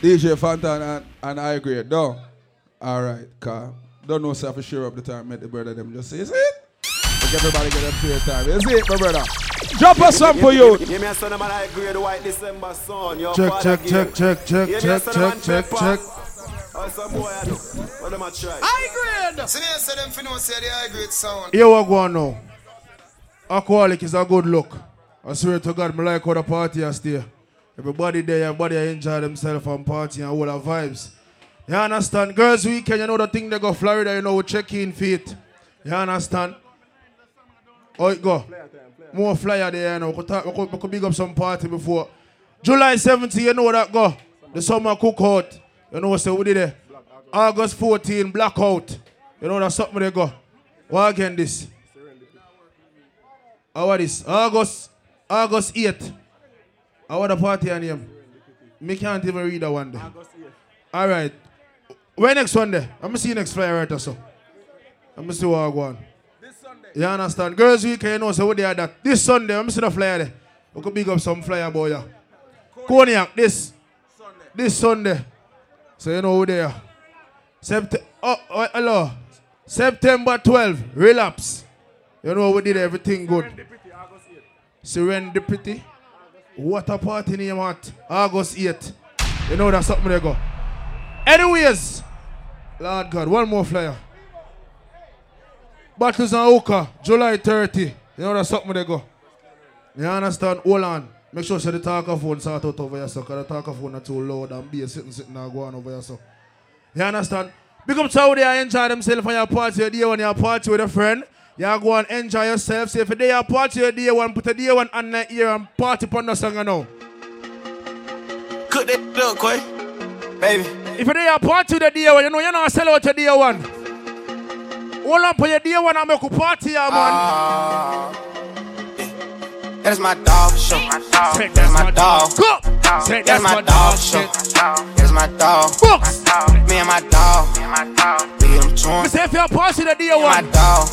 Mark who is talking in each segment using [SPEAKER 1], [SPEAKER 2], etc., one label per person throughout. [SPEAKER 1] DJ Fontana and, and I agree. No. All right, car. Don't know so I have to share up the time, mate. The brother them just say, is it? Make everybody get up to your time. Is it, my brother? Drop us some for you.
[SPEAKER 2] Give me a son of man, I agree the white December sun. Your
[SPEAKER 3] Check,
[SPEAKER 2] father
[SPEAKER 3] check,
[SPEAKER 2] give.
[SPEAKER 3] check, check, check,
[SPEAKER 2] Give me a
[SPEAKER 3] check,
[SPEAKER 2] son of
[SPEAKER 3] check,
[SPEAKER 2] man,
[SPEAKER 3] check,
[SPEAKER 2] paper.
[SPEAKER 3] check.
[SPEAKER 2] Oh, some boy, I do. What am I try?
[SPEAKER 4] So they say them finna say they are great sound.
[SPEAKER 3] Here we go now. Alcoholic is a good look. I swear to God, me like how the party has there. Everybody there, everybody I enjoy themselves and party and all the vibes. You understand? Girls weekend, you know the thing they go Florida, you know, check in feet. You understand? Oh, it go. More flyer there, you know. We could, talk, we, could, we could big up some party before. July 70, you know that go. The summer cookout. You know what so we did there. August 14, blackout. You know that something they go. What again this? How are this? August August 8th. How are the party on him? Me can't even read that one day. Alright. Where next one there? I'm gonna see you next flyer right or so. I'm gonna see what I go on. You understand? Girls weekend, you know, so what they are that. This Sunday, I'm gonna see the flyer there. We could big up some flyer boy yeah. Cognac, this. This Sunday. So you know who they are. Sept- oh, oh, hello. September 12th, relapse. You know we did everything good. Serendipity. What a party name at August 8th. You know that's something they go. Anyways, Lord God, one more flyer. Battles and Oka, July 30. You know that's something they go. You understand? Hold on. Make sure so the talker phone sort out over here, so 'cause the talker phone are too loud and be sitting sitting now going over here, so. You understand? Because how they enjoy themselves on your party your day one, your party with a friend. You go and enjoy yourself. So if you day your party your day one, put a day one on the ear and party upon the song you know.
[SPEAKER 2] Cook that look, boy. Baby.
[SPEAKER 3] If you day your party the day one, you know you're not sell out your day one. Hold up on your day one and make a party, yeah, man.
[SPEAKER 4] Ah, yeah. That is my dog show. That's my dog.
[SPEAKER 3] Go! Say
[SPEAKER 4] That's my dog show. That's my dog.
[SPEAKER 3] Books!
[SPEAKER 4] Me and my dog. We them
[SPEAKER 3] Me
[SPEAKER 4] touring.
[SPEAKER 3] say if you party the day
[SPEAKER 4] My
[SPEAKER 3] one.
[SPEAKER 4] dog.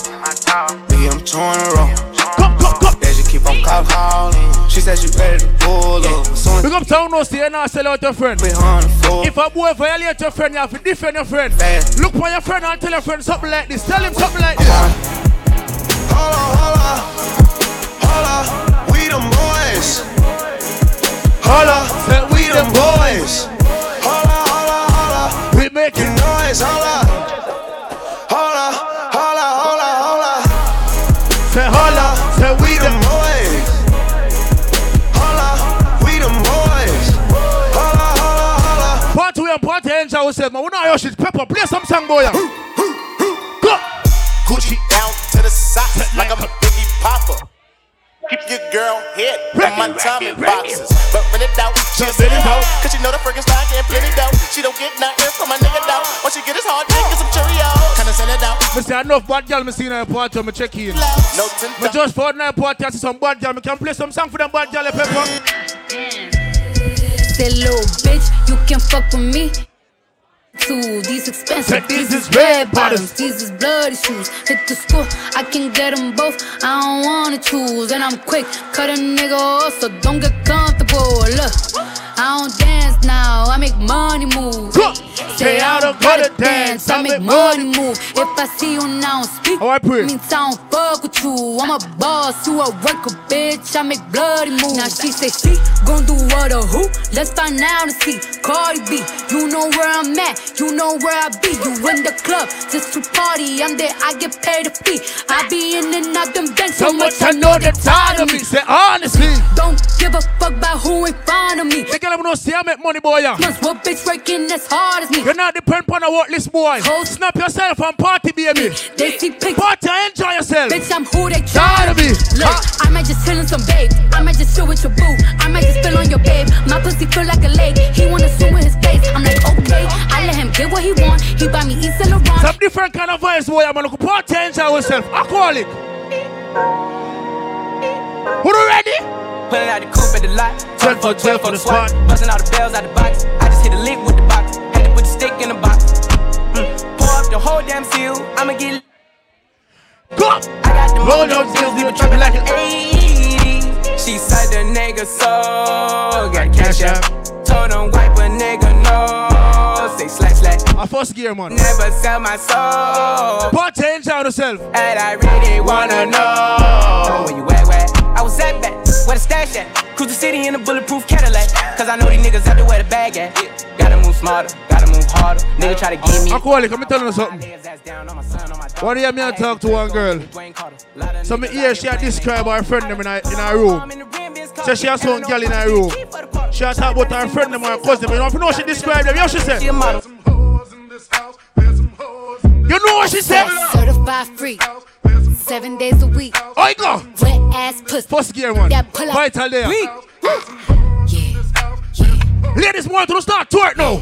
[SPEAKER 4] We them touring around.
[SPEAKER 3] Come, come, come.
[SPEAKER 4] That she keep on call- calling. She said she ready to pull up. Soon as
[SPEAKER 3] Big up town no stay not sell out your friend.
[SPEAKER 4] we on the
[SPEAKER 5] Oh.
[SPEAKER 4] floor.
[SPEAKER 3] If a boy violate your friend, you have to defend your friend.
[SPEAKER 5] Eh.
[SPEAKER 4] Fast.
[SPEAKER 3] Look for your friend and tell your friend something like this. Tell him something like this.
[SPEAKER 5] Uh-huh.
[SPEAKER 6] Holla, holla, holla, we them boys. Holla,
[SPEAKER 3] That
[SPEAKER 6] we them boys. Holla, holla, holla,
[SPEAKER 3] We make
[SPEAKER 6] you
[SPEAKER 3] it.
[SPEAKER 6] noise. Holla, holla, holla, holla, holla,
[SPEAKER 3] Say holla. Say we
[SPEAKER 6] we them
[SPEAKER 3] them.
[SPEAKER 6] boys. Holla, we them boys. Holla, holla, holla,
[SPEAKER 3] Part we and part angel ourselves, man. We know your shit. Pepper, play some song, boy. Go.
[SPEAKER 7] Gucci down to the socks like I'm a biggie popper. Keep your girl hit on my timing boxes. But when it out, she a city hoe. Cause she know the freaking style getting plenty dough. She don't get nothing from my nigga though. When she get his hard dick and some Cheerios. Kinda send it out.
[SPEAKER 3] Me say enough bad girl me see in a party, me check in.
[SPEAKER 7] No tint
[SPEAKER 3] Me just for night party, I see some bad girl. Me can play some song for them bad girl, eh, Pepper.
[SPEAKER 5] Say little bitch, you can fuck with me. Too. These expensive,
[SPEAKER 3] Said
[SPEAKER 5] these
[SPEAKER 3] this
[SPEAKER 5] is
[SPEAKER 3] is red
[SPEAKER 5] red bottoms,
[SPEAKER 3] bottoms.
[SPEAKER 5] these is bloody shoes. Hit the school, I can get them both. I don't wanna choose, and I'm quick. Cut a nigga off, so don't get comfortable. Look, I don't dance now, I make money move.
[SPEAKER 3] Go.
[SPEAKER 5] Say I don't gotta dance, I make money move. If I see you now, speak.
[SPEAKER 3] Oh, I pray.
[SPEAKER 5] Means I don't fuck with you. I'm a boss, you a worker, bitch. I make bloody moves. Now she say she gon' do what or who? Let's find out and see. Cardi B, you know where I'm at, you know where I be. You in the club just to party? I'm there, I get paid a fee. I be in and out them bands so much I know
[SPEAKER 3] they
[SPEAKER 5] they're tired of me.
[SPEAKER 3] Say honestly.
[SPEAKER 5] Don't give a fuck about who in front of me.
[SPEAKER 3] The girl me no see I make money, boy. yeah.
[SPEAKER 5] Must what bitch working as hard as me.
[SPEAKER 3] You're not depend on a worthless boy.
[SPEAKER 5] Hold-
[SPEAKER 3] Snap yourself and party, baby.
[SPEAKER 5] They see pics.
[SPEAKER 3] Party and enjoy yourself.
[SPEAKER 5] Bitch, I'm who they
[SPEAKER 3] Tired
[SPEAKER 5] try
[SPEAKER 3] of
[SPEAKER 5] to
[SPEAKER 3] me.
[SPEAKER 5] be. Look,
[SPEAKER 3] Huh?
[SPEAKER 5] I might just chill in some babe. I might just chill with your boo. I might just spill on your babe. My pussy feel like a lake. He wanna swim with his face. I'm like, okay. I let him get what he want. He buy me East Laurent.
[SPEAKER 3] Some different kind of vibes, boy. I'm gonna go party and enjoy yourself. I call it. Who you ready?
[SPEAKER 8] Pulling out the coupe at the lot.
[SPEAKER 3] 12 for 12 for the squad.
[SPEAKER 8] Busting all the bells out the box. I just hit a lick with the box. Had to put the stick in the box. Mm. Pour up the whole damn seal. I'ma get.
[SPEAKER 3] Go.
[SPEAKER 8] I got the
[SPEAKER 3] Roll those deals, leave a trucking like an
[SPEAKER 8] 80. She said the nigga so. Got cash out. Told him wipe a nigga no.
[SPEAKER 9] soul. Say slack, slack.
[SPEAKER 3] I first gear, man.
[SPEAKER 9] Never sell my soul.
[SPEAKER 3] But change out yourself.
[SPEAKER 9] And I really wanna know where you at, where? I was at back, where the stash at? Cruise the city in a bulletproof Cadillac. Cause I know these niggas out there where the bag at. Gotta move smarter, gotta move harder. Nigga try to give me.
[SPEAKER 3] Alcoholic, let me tell you something.
[SPEAKER 9] Ass down on my son, on my daughter.
[SPEAKER 3] One day me I talk to one girl.
[SPEAKER 9] Dwayne Carter. Lot of
[SPEAKER 3] So me hear she had describe her friend them in her, in her room. So she has one girl in her room. She had talk about her friend them or her cousin. But you don't know what she described them. You know what she said?
[SPEAKER 9] She a model.
[SPEAKER 3] You know what she said?
[SPEAKER 5] Certified free. Seven days a week.
[SPEAKER 3] Oi, go.
[SPEAKER 5] Wet ass pussy.
[SPEAKER 3] First gear, man.
[SPEAKER 5] Yeah, pull up.
[SPEAKER 3] Vital there.
[SPEAKER 5] Weak. Yeah. Yeah.
[SPEAKER 3] Ladies, want to start twerk now.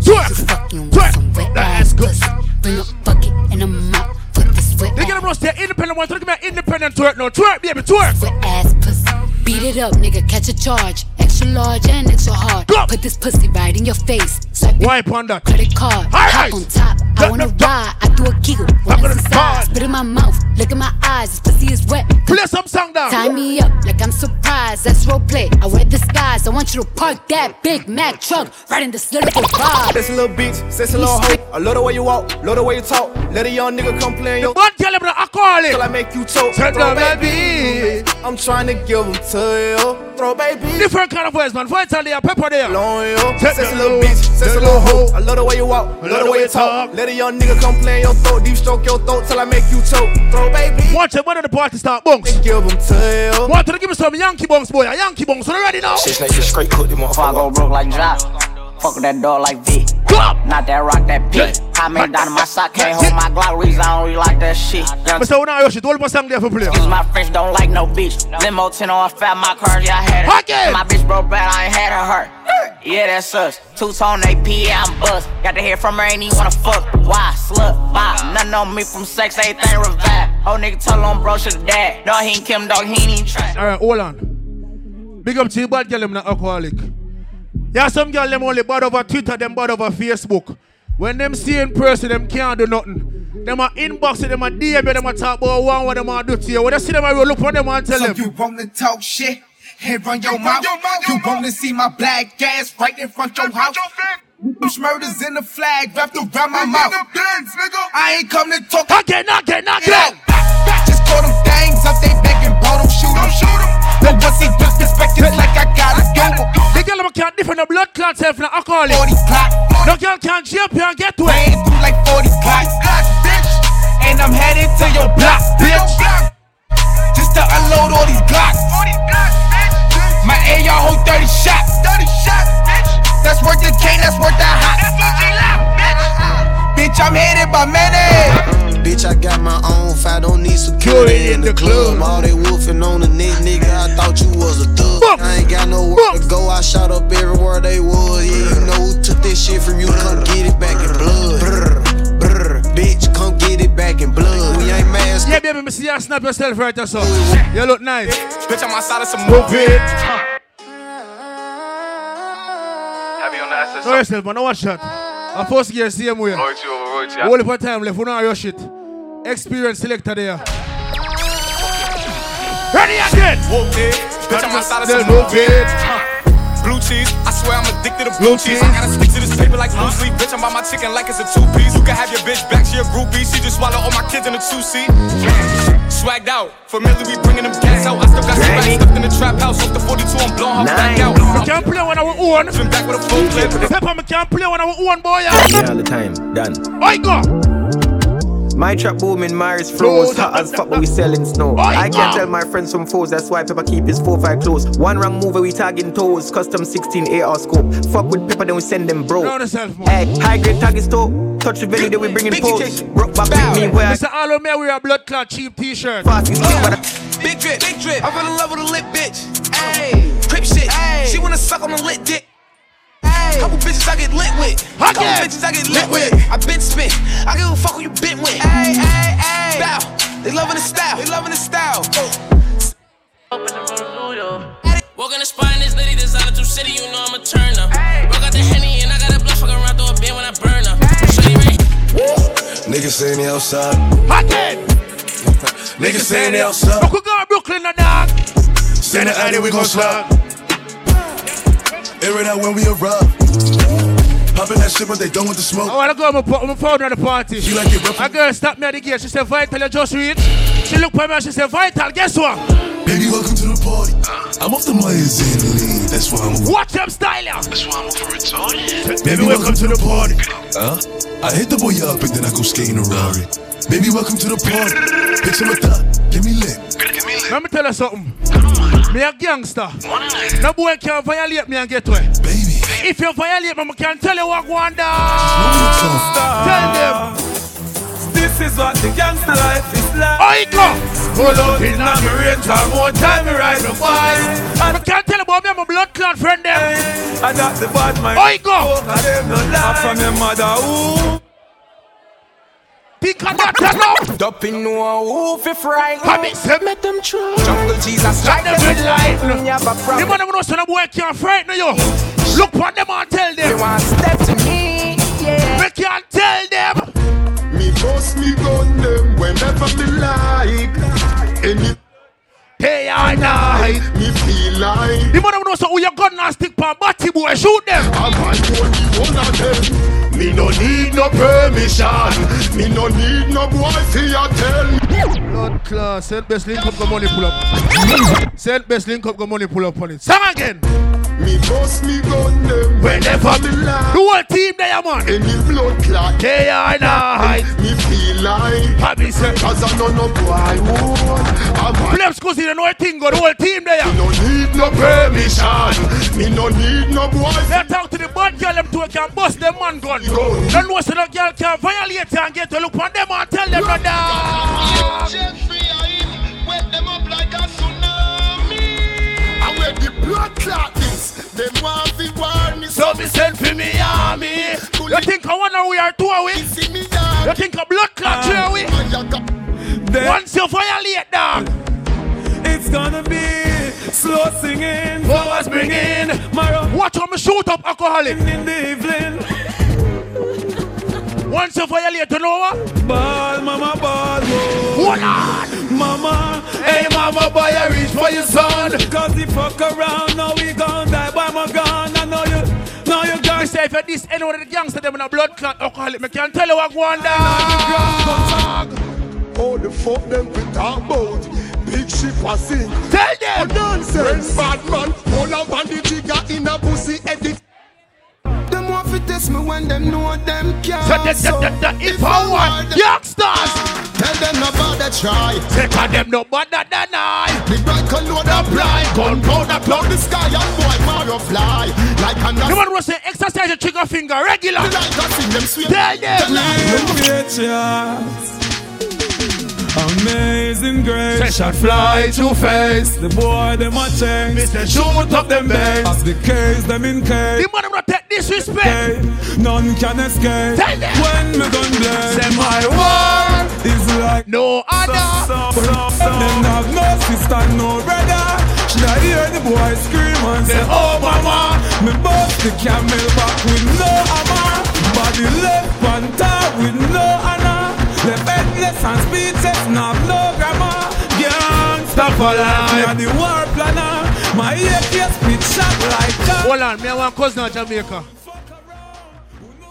[SPEAKER 3] Twerk.
[SPEAKER 5] Fucking with some
[SPEAKER 3] Twerk.
[SPEAKER 5] wet
[SPEAKER 3] The
[SPEAKER 5] ass
[SPEAKER 3] ass good.
[SPEAKER 5] pussy. Bring a bucket and a mop for this wet
[SPEAKER 3] They get
[SPEAKER 5] ass.
[SPEAKER 3] them roast there. Independent one. Talk about independent twerk now. Twerk, baby. Twerk.
[SPEAKER 5] Wet ass pussy. Beat it up, nigga. Catch a charge. Extra large and extra hard.
[SPEAKER 3] Go.
[SPEAKER 5] Put this pussy right in your face. Swipe it
[SPEAKER 3] Wipe on that.
[SPEAKER 5] credit card.
[SPEAKER 3] High
[SPEAKER 5] Hop
[SPEAKER 3] rise.
[SPEAKER 5] on top.
[SPEAKER 3] Duck,
[SPEAKER 5] I wanna
[SPEAKER 3] duck, duck.
[SPEAKER 5] ride. I do a giggle.
[SPEAKER 3] Back
[SPEAKER 5] Wanna
[SPEAKER 3] on the
[SPEAKER 5] size.
[SPEAKER 3] card.
[SPEAKER 5] Spit in my mouth. Look in my eyes. This pussy is wet.
[SPEAKER 3] Play some song down.
[SPEAKER 5] Tie me up like I'm surprised. That's role play. I wear disguise. I want you to park that Big Mac truck right in this little garage.
[SPEAKER 10] This a little bitch, this a little hoe. I love the way you walk, love the way you talk. Let a young nigga come play in your
[SPEAKER 3] One girl, I call
[SPEAKER 10] till I
[SPEAKER 3] it.
[SPEAKER 10] make you choke.
[SPEAKER 3] Turn
[SPEAKER 10] Throw
[SPEAKER 3] down that beat.
[SPEAKER 10] I'm trying to give him to you. Throw baby.
[SPEAKER 3] Different kind of voice, man. Vital there. Pepper there.
[SPEAKER 10] on you.
[SPEAKER 3] Take
[SPEAKER 10] Says
[SPEAKER 3] the
[SPEAKER 10] a little
[SPEAKER 3] low,
[SPEAKER 10] bitch, says
[SPEAKER 3] the
[SPEAKER 10] a little
[SPEAKER 3] low.
[SPEAKER 10] hoe. I love the way you walk, I love the way you talk.
[SPEAKER 3] talk.
[SPEAKER 10] Let a young nigga come play in your throat, deep stroke your throat till I make you choke. Throw baby.
[SPEAKER 3] Watch it. One of the party start bunks.
[SPEAKER 10] Give him to you.
[SPEAKER 3] Want to give me some Yankee bongs, boy? A Yankee bongs, so they ready now?
[SPEAKER 11] Six niggas straight put them
[SPEAKER 12] Before I go
[SPEAKER 11] on.
[SPEAKER 12] broke like Josh. Fuck with that dog like V.
[SPEAKER 3] Go!
[SPEAKER 12] Not that rock, that pit. I made down in my sock, can't hold my Glock. Reason I don't really like that shit. Young
[SPEAKER 3] Mr. Una Yoshi, do all my song there for play.
[SPEAKER 12] Cause my friends don't like no bitch. Limo 10 on fat, my car, yeah, I had it.
[SPEAKER 3] Again.
[SPEAKER 12] My bitch broke bad, I ain't had her hurt. Yeah, that's us. Two tone AP, yeah, I'm bust. Got to hear from her, ain't even wanna fuck. Why? Slut, bye. Nothing on me from sex, everything revived. Old nigga tell on bro, shit dad. Dog, he ain't Kim, dog, he ain't even try.
[SPEAKER 3] Alright, Eh, hold on. Big up to you, bad girl, them not alcoholic. Yeah, some girl, them only bad over Twitter, them bad over Facebook. When them see in person, them can't do nothing. Them are inboxing, them are DM, you, them are talk about one, what them are do to you. When I see them, I will look for them and tell them.
[SPEAKER 13] You wanna talk shit and run your mouth. You wanna see my black ass right in front your house. Push murders in the flag wrapped around my mouth. I ain't come to talk
[SPEAKER 3] Again, again, again!
[SPEAKER 13] Just call them things up, they back and bone them, shoot them. But once he disrespect it's like I gotta do 'em.
[SPEAKER 3] The girl, them can't different, the blood clot, self, not alcoholic.
[SPEAKER 13] 40 clock,
[SPEAKER 3] No girl can't jump here and get to it.
[SPEAKER 13] ran through like 40 clocks. And I'm headed to your block, bitch. Just to unload all these blocks. My AR hold 30 shots. 30 shots, bitch. That's worth the K, that's worth the hot. bitch. I'm headed by many.
[SPEAKER 6] Bitch, I got my own fight, don't need
[SPEAKER 3] Security
[SPEAKER 6] security in
[SPEAKER 3] in the
[SPEAKER 6] the club.
[SPEAKER 3] club.
[SPEAKER 6] All they wolfing on the neck, nigga, I thought you was a thug.
[SPEAKER 3] Fuck.
[SPEAKER 6] I ain't got nowhere
[SPEAKER 3] Fuck.
[SPEAKER 6] to go, I shot up everywhere they was. Yeah, you know who took this shit from you, come get it back in blood. Brr, brr, bitch, come get it back in blood. We ain't masked.
[SPEAKER 3] Yeah, baby, me see you snap yourself right there, so. You look nice.
[SPEAKER 10] Bitch, I'm outside of some more.
[SPEAKER 3] Know yourself, man. Now watch that. I first gear same way. Royalty over royalty. Only for time left. We don't rush it. Experience selector there. Ready again.
[SPEAKER 10] Whoop it. Bitch, I'm outside of
[SPEAKER 3] Then
[SPEAKER 10] some more.
[SPEAKER 3] move it.
[SPEAKER 10] Blue cheese, I swear I'm addicted to blue cheese. I gotta stick to this paper like Bruce Lee. Bitch, I'm by my chicken like it's a two piece. You can have your bitch back, she a groupie. She just swallow all my kids in a two seat. Swagged out, familiar, we bringing them cats out. I still got some racks stuffed in the trap house. Off the 42, I'm blowing her back out.
[SPEAKER 3] I can't play when I own.
[SPEAKER 10] Been back with a full clip.
[SPEAKER 3] Pepper, me can't play when I own, boy.
[SPEAKER 13] Yeah, all the time, done.
[SPEAKER 3] I go.
[SPEAKER 13] My trap booming, Mars flows. Hot as fuck, but we selling snow. I can't tell my friends from foes, that's why Pepper keep his 4-5 close. One wrong move, and we tagging toes. Custom 16 AR scope. Fuck with Pepper, then we send them bro.
[SPEAKER 3] Know yourself, man.
[SPEAKER 13] Hey, high grade target store. Touch the venue, then we bring in posts. Broke back with me where I
[SPEAKER 3] Mr. Allo, me wear a blood clot cheap T-shirt.
[SPEAKER 13] pass. You see what I
[SPEAKER 6] Big drip, big drip. I fell in love with a lit bitch. Ayy, crip shit. She wanna suck on a lit dick. Ayy, couple bitches I get lit with. Couple
[SPEAKER 3] Again.
[SPEAKER 6] bitches I get lit with. I been spit. I give a fuck who you been with. Ayy, ayy, ayy. Bow. They loving the style. They loving the style.
[SPEAKER 12] Walk in the spot and this lady decided to city, you know I'm a turner. Broke out the henny and I got a blood fucking around through a bin when I burn her. Shorty right
[SPEAKER 6] Niggas saying they outside.
[SPEAKER 3] Again.
[SPEAKER 6] Niggas saying they outside.
[SPEAKER 3] I could go to Brooklyn, no dog.
[SPEAKER 6] Send the alley, we gon' slide. Air it out when we arrive.
[SPEAKER 14] Popping that shit, but they don't want the smoke.
[SPEAKER 3] I wanna go on my, po- my phone at the party. She like it rough. A girl stopped me at the gate. She said, Vital, you just read. She looked at me and she said, Vital, guess what?
[SPEAKER 14] Baby, welcome to the party. I'm off the Myers and the lean. That's why I'm.
[SPEAKER 3] Watch them styler.
[SPEAKER 14] That's why I'm over retarded. Baby, welcome to the party. Huh? I hit the boy up and then I go skate in a Rari. Baby, welcome to the party. Bitch, I'm a thot. Give me lip.
[SPEAKER 3] Let me tell you something. Me a gangster. No boy can violate me and get away. Baby. If you violate me, I can tell you what go on down. Tell them.
[SPEAKER 15] This is what the gangster life is like.
[SPEAKER 3] Oh, it go.
[SPEAKER 15] Pull out in a range and more time me ride the bike. And
[SPEAKER 3] I can't tell about me, I'm a blood clot friend them.
[SPEAKER 15] I got the bad mind.
[SPEAKER 3] Oh, it go.
[SPEAKER 15] I them no lie. I'm from your mother who.
[SPEAKER 3] Pick up that turn up.
[SPEAKER 15] Dop in no
[SPEAKER 3] Oh.
[SPEAKER 15] who fi frighten.
[SPEAKER 3] Come here, sir.
[SPEAKER 15] Let them try. Jungle Jesus strike them with lightning. You have a
[SPEAKER 3] You
[SPEAKER 15] problem.
[SPEAKER 3] man don't know so no boy can frighten you. Look on them and tell them.
[SPEAKER 15] You want step to me, yeah.
[SPEAKER 3] We can tell them.
[SPEAKER 16] Me boss me gun them whenever me like. Any
[SPEAKER 3] day or night,
[SPEAKER 16] me feel like.
[SPEAKER 3] The man don't know so who your gun and stick pa batty boy. Shoot them.
[SPEAKER 16] I might want me one of them. Me no need no permission. Me no need no boy fi a tell.
[SPEAKER 3] Blood class. Send best link up, got money pull up. Send best link up, got money pull up on it. Sing again.
[SPEAKER 16] Me boss me gun them whenever me
[SPEAKER 3] The
[SPEAKER 16] like.
[SPEAKER 3] whole team there, man.
[SPEAKER 16] Any blood clot
[SPEAKER 3] Day or night.
[SPEAKER 16] me feel like.
[SPEAKER 3] Happy sir.
[SPEAKER 16] Cause I know no boy would. I might
[SPEAKER 3] Plebs cause you know a thing go. The whole team there.
[SPEAKER 16] no need no permission. Me no need no boy.
[SPEAKER 3] They talk to the bad girl, them two can bust them man gun. Don't know so the girl can violate you and get to look on them and tell them no down. So me send for me army. You think I wanna we are two away? You think a blood clot here
[SPEAKER 15] Ah.
[SPEAKER 3] away? Once you violate dog.
[SPEAKER 15] It's gonna be slow singing.
[SPEAKER 3] Flowers bringing.
[SPEAKER 15] My own
[SPEAKER 3] Watch how me shoot up alcoholic.
[SPEAKER 15] in the evening.
[SPEAKER 3] Once you violate, you know what?
[SPEAKER 15] Ball, mama, ball, whoa.
[SPEAKER 3] Hold on.
[SPEAKER 15] Mama, hey mama, boy, I reach for your son. Cause he fuck around, now we gon' die by my gun. I know you, know you
[SPEAKER 3] I
[SPEAKER 15] got
[SPEAKER 3] say if this any one of the gangster them in a blood clot alcoholic, me can tell you what go on down.
[SPEAKER 16] Oh, the fuck them we talk about. Big ship was sink.
[SPEAKER 3] Tell
[SPEAKER 16] Oh,
[SPEAKER 3] them.
[SPEAKER 16] nonsense. When bad man pull up on the trigger in a pussy edit.
[SPEAKER 6] Them want to test me when them know them can't.
[SPEAKER 3] Da, da, da, da, da, If I want youngsters,
[SPEAKER 6] Tell them about that try.
[SPEAKER 3] take on them no better than I.
[SPEAKER 6] The bright color the blind. Gunpowder plug the sky and boy Mario fly. Like an
[SPEAKER 3] The one who say exercise your trigger finger regular.
[SPEAKER 6] like a sing them sweet.
[SPEAKER 3] Tell them.
[SPEAKER 15] creatures. Amazing grace.
[SPEAKER 3] Session fly to face.
[SPEAKER 15] The boy, them a change.
[SPEAKER 3] Mr. Shoot up them
[SPEAKER 15] As
[SPEAKER 3] base.
[SPEAKER 15] the case, them in case.
[SPEAKER 3] The man who take disrespect.
[SPEAKER 15] None can escape.
[SPEAKER 3] Tell them.
[SPEAKER 15] When me gun blast,
[SPEAKER 3] Say my word.
[SPEAKER 15] is like
[SPEAKER 3] No other.
[SPEAKER 15] So, so, so. Them have no sister, no brother. Should I hear the boy scream and say, Oh mama? Me bust the camel back with no hammer. Body left panther with no honor. Left headless and speechless, not no grammar. Gangsta for life. Me a the war planner. My APS pitch shot like a.
[SPEAKER 3] Hold on, me and one cousin in Jamaica.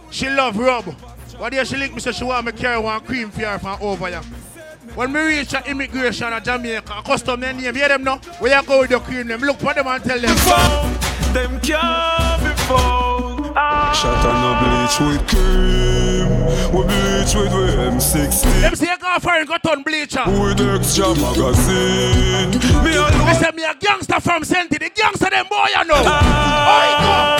[SPEAKER 3] She love rub. What day she link me say she want me carry one cream for her from over here. When we reach at immigration at Jamaica, a custom their name, hear them now? Where you go with your cream them? Look for them and tell them.
[SPEAKER 15] found. Them can't be found.
[SPEAKER 12] Ah.
[SPEAKER 14] Shot on the bleach with cream. We bleach with M16.
[SPEAKER 3] Them say you go foreign, go turn bleacher.
[SPEAKER 14] With extra magazine. Me
[SPEAKER 3] They
[SPEAKER 14] alone.
[SPEAKER 3] say me a gangster from Senti, the gangster them boy you know. Oi, go.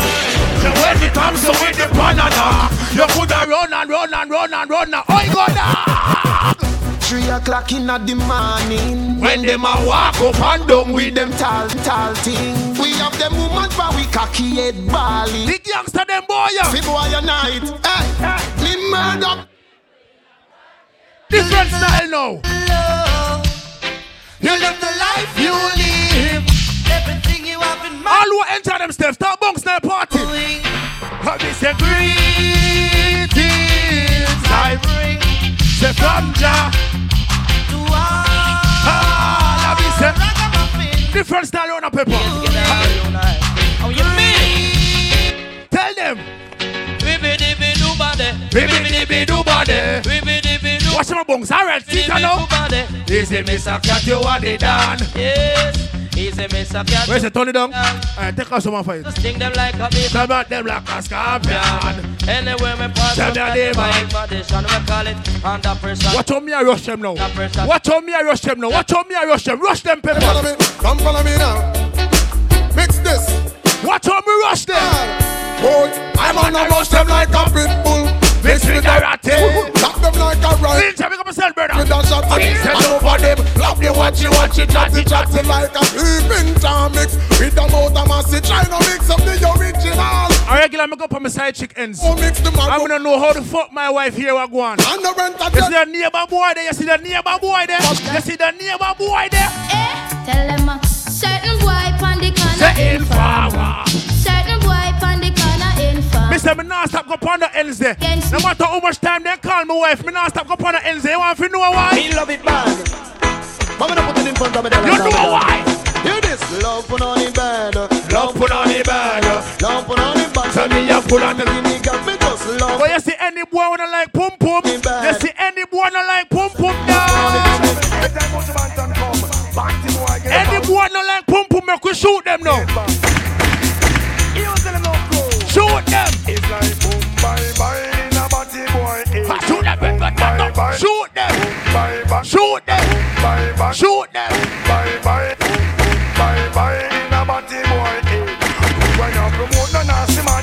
[SPEAKER 3] So when it comes to with the banana, you could have run and run and run and run and Oi, ah. go now.
[SPEAKER 6] Three o'clock in the morning.
[SPEAKER 3] When them a walk up and down with them.
[SPEAKER 6] Them tall, tall thing. We have them woman for we cocky head bally.
[SPEAKER 3] The gangster them boy you.
[SPEAKER 6] Fi boy a night. Hey, me murder.
[SPEAKER 3] Different style now.
[SPEAKER 6] You live the life you live. Everything you have in
[SPEAKER 3] All who enter them steps, start bounce their party. Have this a greetings. I bring the from Jah. All of this a different style on a paper.
[SPEAKER 12] Oh,
[SPEAKER 3] Tell them.
[SPEAKER 15] We be
[SPEAKER 17] bones. All right, sit down now.
[SPEAKER 18] Easy, Mr. Cat, you are the dan.
[SPEAKER 17] Yes. Easy, Mr. Cat.
[SPEAKER 3] Where's the turn it down? Alright, take us some and fight.
[SPEAKER 17] Sting them like a bee.
[SPEAKER 3] Some of them like a scorpion.
[SPEAKER 17] Anywhere me pass,
[SPEAKER 3] Tell me
[SPEAKER 17] I'm
[SPEAKER 3] your name, man.
[SPEAKER 17] invasion. We call it under pressure.
[SPEAKER 3] Watch on me, I rush them now. Watch on me, I rush them now. Watch on me, I rush them. Rush them, people. Follow me. Come follow me now. Mix this. Watch on me, rush them. Boy, I'm on a rush them like a pit bull. Mix with a rat. Lock them like a rat. Ninja, make up a cell, brother. With a shot, over them. Love you, watch you, watch it, chatty, chatty like a sleeping time mix. With the motor massive, try to mix up the original. A regular make up on my side chick ends. I'm gonna know how the fuck my wife here are going. You see that neighbor boy there? You see that neighbor boy there? You see that neighbor boy there?
[SPEAKER 5] Eh, Tell them a certain boy on the corner
[SPEAKER 3] Setting forward.
[SPEAKER 5] Certain boy on the corner in farm.
[SPEAKER 3] Mister, me nah stop go pon the ends there. No matter how much time they call my wife, me nah stop go pon the ends there. You want to know why? Me love it bad.
[SPEAKER 10] Mama don't put it in front of me. You
[SPEAKER 3] know why?
[SPEAKER 10] Hear this. Love put on the bed.
[SPEAKER 3] Love put on the bed.
[SPEAKER 10] Love put on the bed. Tell me you put on the nigga. Me just love.
[SPEAKER 3] But you see any boy wanna like pum pum. You see any boy wanna like pum pum down. Any boy no like pum pum, make we shoot them now. Shoot them. Ha, Shoot them, bang, bang, bang, bang. shoot them, shoot them, shoot them.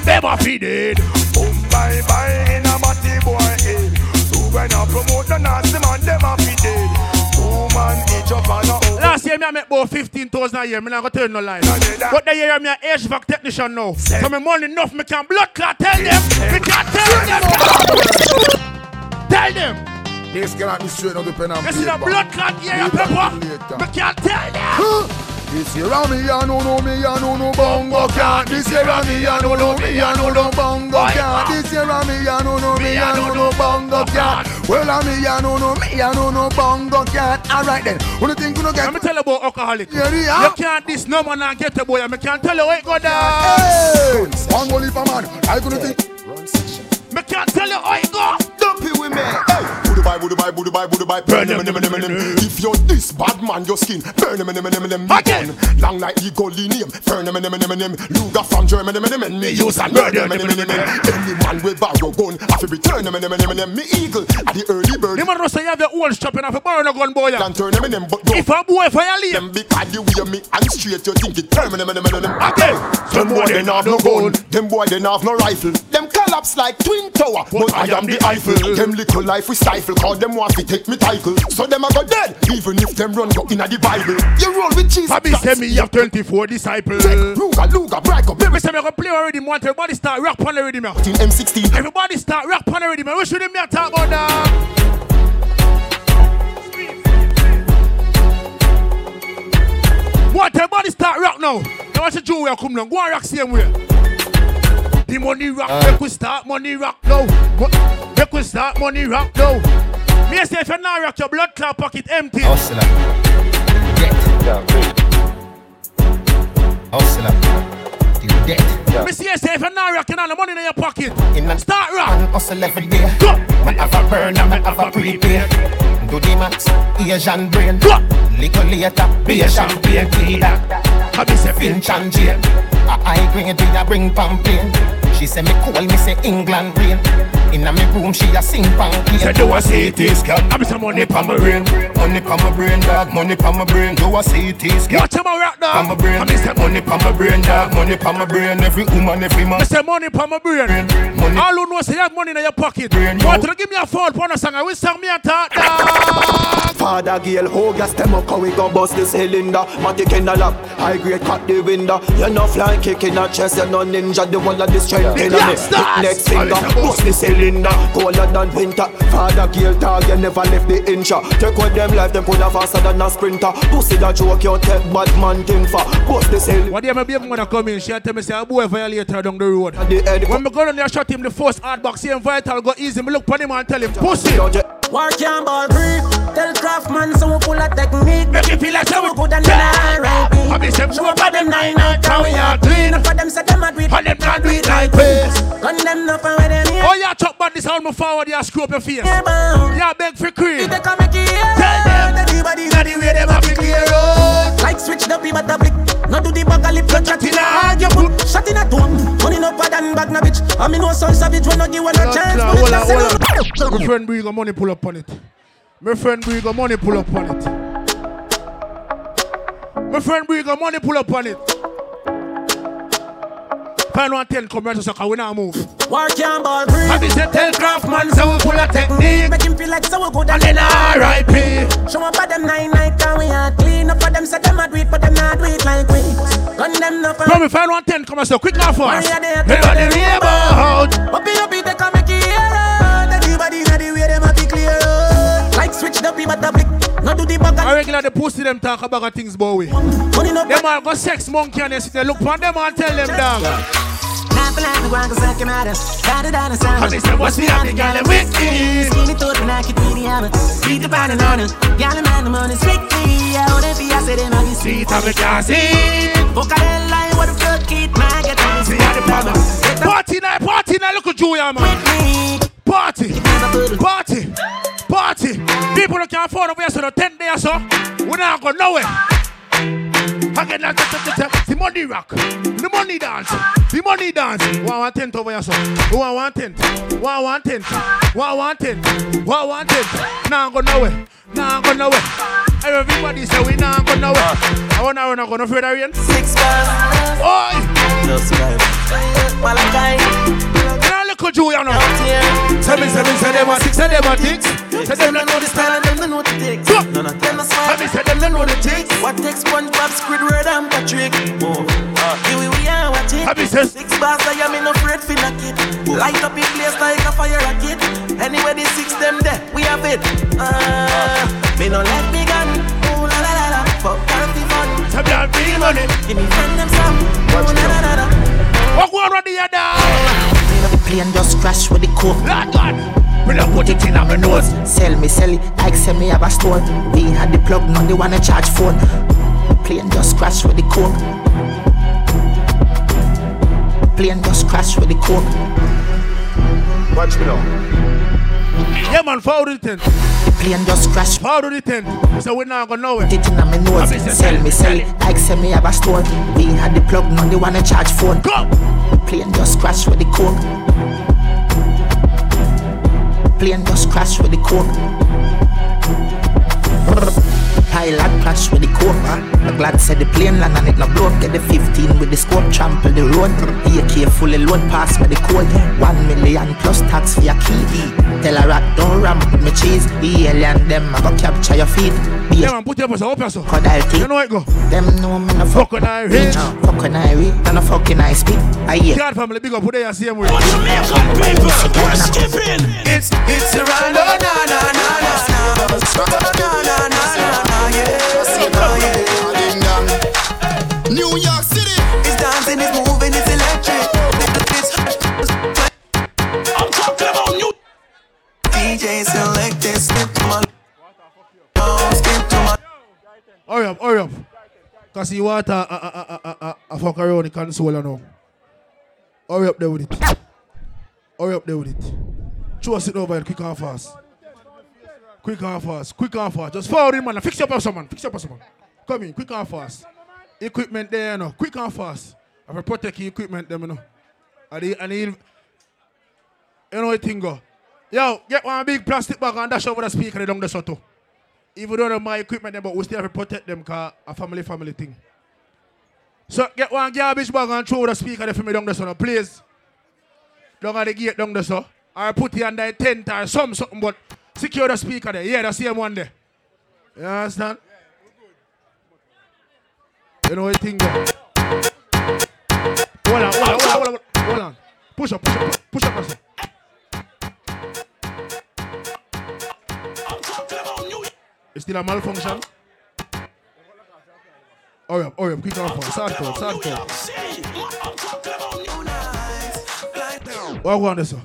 [SPEAKER 3] Them a feed it.
[SPEAKER 18] Bye bye in a body boy head. Who gonna promote the nasty man? Them a fi dead. Woman each up and a hoe.
[SPEAKER 3] Last year, me I make about 15,000 a year. Me not gonna tell no lie. But the year, I'm an HVAC technician now. So my money enough, me can blood clot. Tell them. Me can tell them. Tell them.
[SPEAKER 15] This girl be straight on the pen and
[SPEAKER 3] This is a
[SPEAKER 15] paper.
[SPEAKER 3] blood clot year,
[SPEAKER 15] Later,
[SPEAKER 3] pepper.
[SPEAKER 15] later.
[SPEAKER 3] Me can tell
[SPEAKER 15] Huh?
[SPEAKER 3] them.
[SPEAKER 15] This year on me, I know no me, I know no bongo cat. This year on me, I know no me, I know no bongo cat. This year on me, I know no me, I know no bongo cat. Well on me, I know no me, I know no bongo cat. All right then, what do you think you no get? Let me
[SPEAKER 3] tell you about alcoholic.
[SPEAKER 15] Yeah,
[SPEAKER 3] You
[SPEAKER 15] yeah.
[SPEAKER 3] can't this no man and get a boy. Me can tell you where it go down.
[SPEAKER 15] Hey, one more leap a man. I couldn't think.
[SPEAKER 3] Me can't tell you how it go.
[SPEAKER 15] Dumpy women.
[SPEAKER 12] Budu bye, budu bye, budu bye, budu bye. Burn him, him, him, him, him. If you're this bad man, your skin burn him, him, him, him, him. Again, long like eagle name. Burn him, him, him, him, him. Luger from Germany, him, him, him. Me use and murder him, him, him, him, him. Any man with borrow gun, have to return him, him, him, him, him. Me eagle at the early bird.
[SPEAKER 3] The man who say you have your own shop and have a borrow no gun boy.
[SPEAKER 12] And turn him in him, but
[SPEAKER 3] if a boy fire leave
[SPEAKER 12] them because the way me and straight, you think it turn him, him, him, him, him.
[SPEAKER 3] Again,
[SPEAKER 12] them boy they have no gun, them boy they have no rifle. Them collapse like twin tower, but, I, am the Eiffel. Them little life we stifle, cause them want to take me title. So them a go dead, even if them run go inna the Bible. You roll with Jesus.
[SPEAKER 3] Fabi say me have 24 disciples.
[SPEAKER 12] Luga, Luga, break up.
[SPEAKER 3] Me say me go play already, man. Everybody start rock pan already, man.
[SPEAKER 12] M16.
[SPEAKER 3] Everybody start rock pan already, man. What should me a talk about that? What everybody start rock now? Now watch the Jew will come now. Go and rock same way. The money rock, make we start money rock now. Mo- Make we start money rock now. Me say if you not rock your blood clot pocket empty.
[SPEAKER 12] Oh,
[SPEAKER 18] Hustler, you dead.
[SPEAKER 3] Me see you say if you not rock, you not the money in your pocket. Start rock.
[SPEAKER 18] Hustle every day. Me have a burner, me have a prepay. Do the max, Asian brain. Little later, be a champagne cleaner. I be say Finch and Jane. A high grade we a bring pampain. She say me cool, me say England rain. Inna me room she a sing pampain.
[SPEAKER 17] Say, "Do I see this, girl?"
[SPEAKER 18] I be some money pa my brain, money pa my brain, dog, money pa my brain. Do I see this, girl?
[SPEAKER 3] Watch him a rock dog.
[SPEAKER 18] Pa my brain, money pa my brain, dog, money pa my brain. Every woman, every man.
[SPEAKER 3] I say money pa my brain. All who know say you have money in your pocket. What to give me a phone for a song? I will song me a talk.
[SPEAKER 10] Father Gale, hold your stem up, 'cause we go bust this cylinder. Matic in the lap, high grade cut the window. You're no flying kick in the chest, you're no ninja. The one that destroy the
[SPEAKER 18] Big
[SPEAKER 10] enemy.
[SPEAKER 18] youngsters.
[SPEAKER 10] Next finger, bust the cylinder. Colder than winter. Father Gale, tag, you never left the inch. Take with them life, them coulda faster than a sprinter. Pussy that joke, you take bad man thing for. Bust the cylinder.
[SPEAKER 3] What do you baby gonna come in? She'll tell me say a boy violator down the road. When me go down there shot him the first hard box, he vital go easy. Me look pon him and tell him pussy.
[SPEAKER 13] Work your ball brief. Tell craft man so we pull a technique. Make you feel like so we good and yeah. alright. I be some sure for them nine out how we are clean. For them say them a do it, and them not do it like this. Gun them up and where them here.
[SPEAKER 3] Oh yeah, chop bad this how I'm forward, you screw up your face. Yeah, beg for cream. Tell them
[SPEAKER 13] Everybody not the way them have to clear out. Like switch the people the blick. No do the bag a lip, no chat in a hag. You put shot in a tone. Money no pad and bag no bitch. I mean no son savage when no give one a chance.
[SPEAKER 3] Nah,
[SPEAKER 13] But
[SPEAKER 3] hold on,
[SPEAKER 13] it's a
[SPEAKER 3] hold
[SPEAKER 13] sin-
[SPEAKER 3] on. My friend Brigo money pull up on it. My friend Brigo money pull up on it. My friend Brigo money pull up on it. Find one ten commercial sucker, we not move.
[SPEAKER 13] Work your ball free.
[SPEAKER 3] Have you said tell Craftman so we pull a technique?
[SPEAKER 13] Make him feel like so good
[SPEAKER 3] And then R.I.P..
[SPEAKER 13] Show up at them nine night and we are clean up for them say them a do it but them not do it like we. Gun them no for.
[SPEAKER 3] Come me find one ten commercial, quick now for us. Remember the neighborhood.
[SPEAKER 13] Up in up in the comic era. Everybody know the way them a be clear. Like switch the people the blick. No do the bag
[SPEAKER 3] I regular the pussy them talk about things, boy. Them all go sex monkey and they sit there look for them and tell them dog.
[SPEAKER 13] Not like the one that's like matter. Got it on the sound.
[SPEAKER 3] Cause they say, "What's me up, the gal and with me?"
[SPEAKER 13] See me through the night, you tweet the hammer. Beat the body on it. Gal and man, the money, speak me. I wouldn't be, I said, I'm not
[SPEAKER 3] See, Tommy Cassie.
[SPEAKER 13] Bocadella, you want to fuck it, man. Get on the
[SPEAKER 3] Party night, party night, look at Julia, man. Party, party, party. People that can't afford over here, so the 10 days, so we not go nowhere. Again, that- that- that- that- the money rock, the money dance, the money dance. One one tent over here, so one one tent, one one tent, one one tent, one one tent. Now go nowhere, now go nowhere. Everybody say we now go nowhere. I wanna run, I gonna afraid of rain. Six girls. Oi.
[SPEAKER 13] Just right.
[SPEAKER 3] Now look at Julia now. Seven, seven, say them a six, say them a dicks. Say them don't know the style and them don't know the dicks. None of them a smile. Say them don't know the dicks.
[SPEAKER 13] What takes SpongeBob, Squidward, and Patrick? Move. Here we we are watching.
[SPEAKER 3] Happy says-
[SPEAKER 13] Six bars, I am in a afraid for knock it. Light up your place like a fire rocket. Anyway, the six them there, we have it.
[SPEAKER 3] Uh.
[SPEAKER 13] Ah, me no let me gun. Ooh la la la la, fuck party fun.
[SPEAKER 3] Some y'all bring money.
[SPEAKER 13] Give me friend them some. Ooh la la la la.
[SPEAKER 3] What go on around the
[SPEAKER 12] The plane just crash with the coke.
[SPEAKER 3] Lord God, will I put it in my nose?
[SPEAKER 12] Sell me, sell it. Ike sell me have a stone. We had the plug, now they wanna charge phone. Plane just crash with the coke. Plane just crash with the coke.
[SPEAKER 3] Watch me now. Yeah, man, forward the tent.
[SPEAKER 12] Plane just crash.
[SPEAKER 3] Forward the tent. So we now go nowhere.
[SPEAKER 12] Put it in my nose. Sell me, sell it. Ike sell me have a stone. We had the plug, now they wanna charge phone.
[SPEAKER 3] Go.
[SPEAKER 12] Plane just crash with the coke. Plane just crash with the coke. Pilot crash with the coke. The glad said the plane land and it no blow up. Get the 15 with the scope, trample the road. AK fully load, pass me the code. One million plus tax for your key. Tell a rat don't ramp with me cheese. The alien them I go capture your feet. Be
[SPEAKER 3] Yeah, man, put your person, open yourself.
[SPEAKER 12] Codalty. You
[SPEAKER 3] know it go.
[SPEAKER 12] Them know me no fuck
[SPEAKER 3] on I rich.
[SPEAKER 12] Fuck on I rich. And no fucking I speak. I hear.
[SPEAKER 3] God family, big up. Put there, same way.
[SPEAKER 12] We're
[SPEAKER 3] skipping. It's it's
[SPEAKER 13] Oh,
[SPEAKER 3] around. oh, No, no, no, no,
[SPEAKER 13] New York City is dancing, is moving, it's electric. I'm talking about new DJ selected, skip to my
[SPEAKER 3] Hurry up, hurry up. Cause he water a, a, a, a, a, a fuck around the console now. Hurry up there with it. Hurry up there with it. Chew us it over here, quick and fast. Quick and fast, quick and fast. Just forward in, man. Fix your person, man. Fix your person, man. Come in, quick and fast. Equipment there, you know. Quick and fast. I've protect the equipment, them, you know. And the, and the, you know, the thing go. Yo, get one big plastic bag and dash over the speaker and down the shuttle. Even though they're my equipment, but we still have to protect them because a family family thing. So get one garbage bag and throw the speaker there for me down the sun, please. Down at the gate down the sun. Or put it under a tent or some something, but secure the speaker there. Yeah, the same one there. You understand? You know what thing go. Hold on, hold on, hold on, hold on, hold on. Push up, push up, push up, push up. It's still a malfunction. Hurry up, hurry up, quick and fast. Sad call, sad call. What go on there, sir?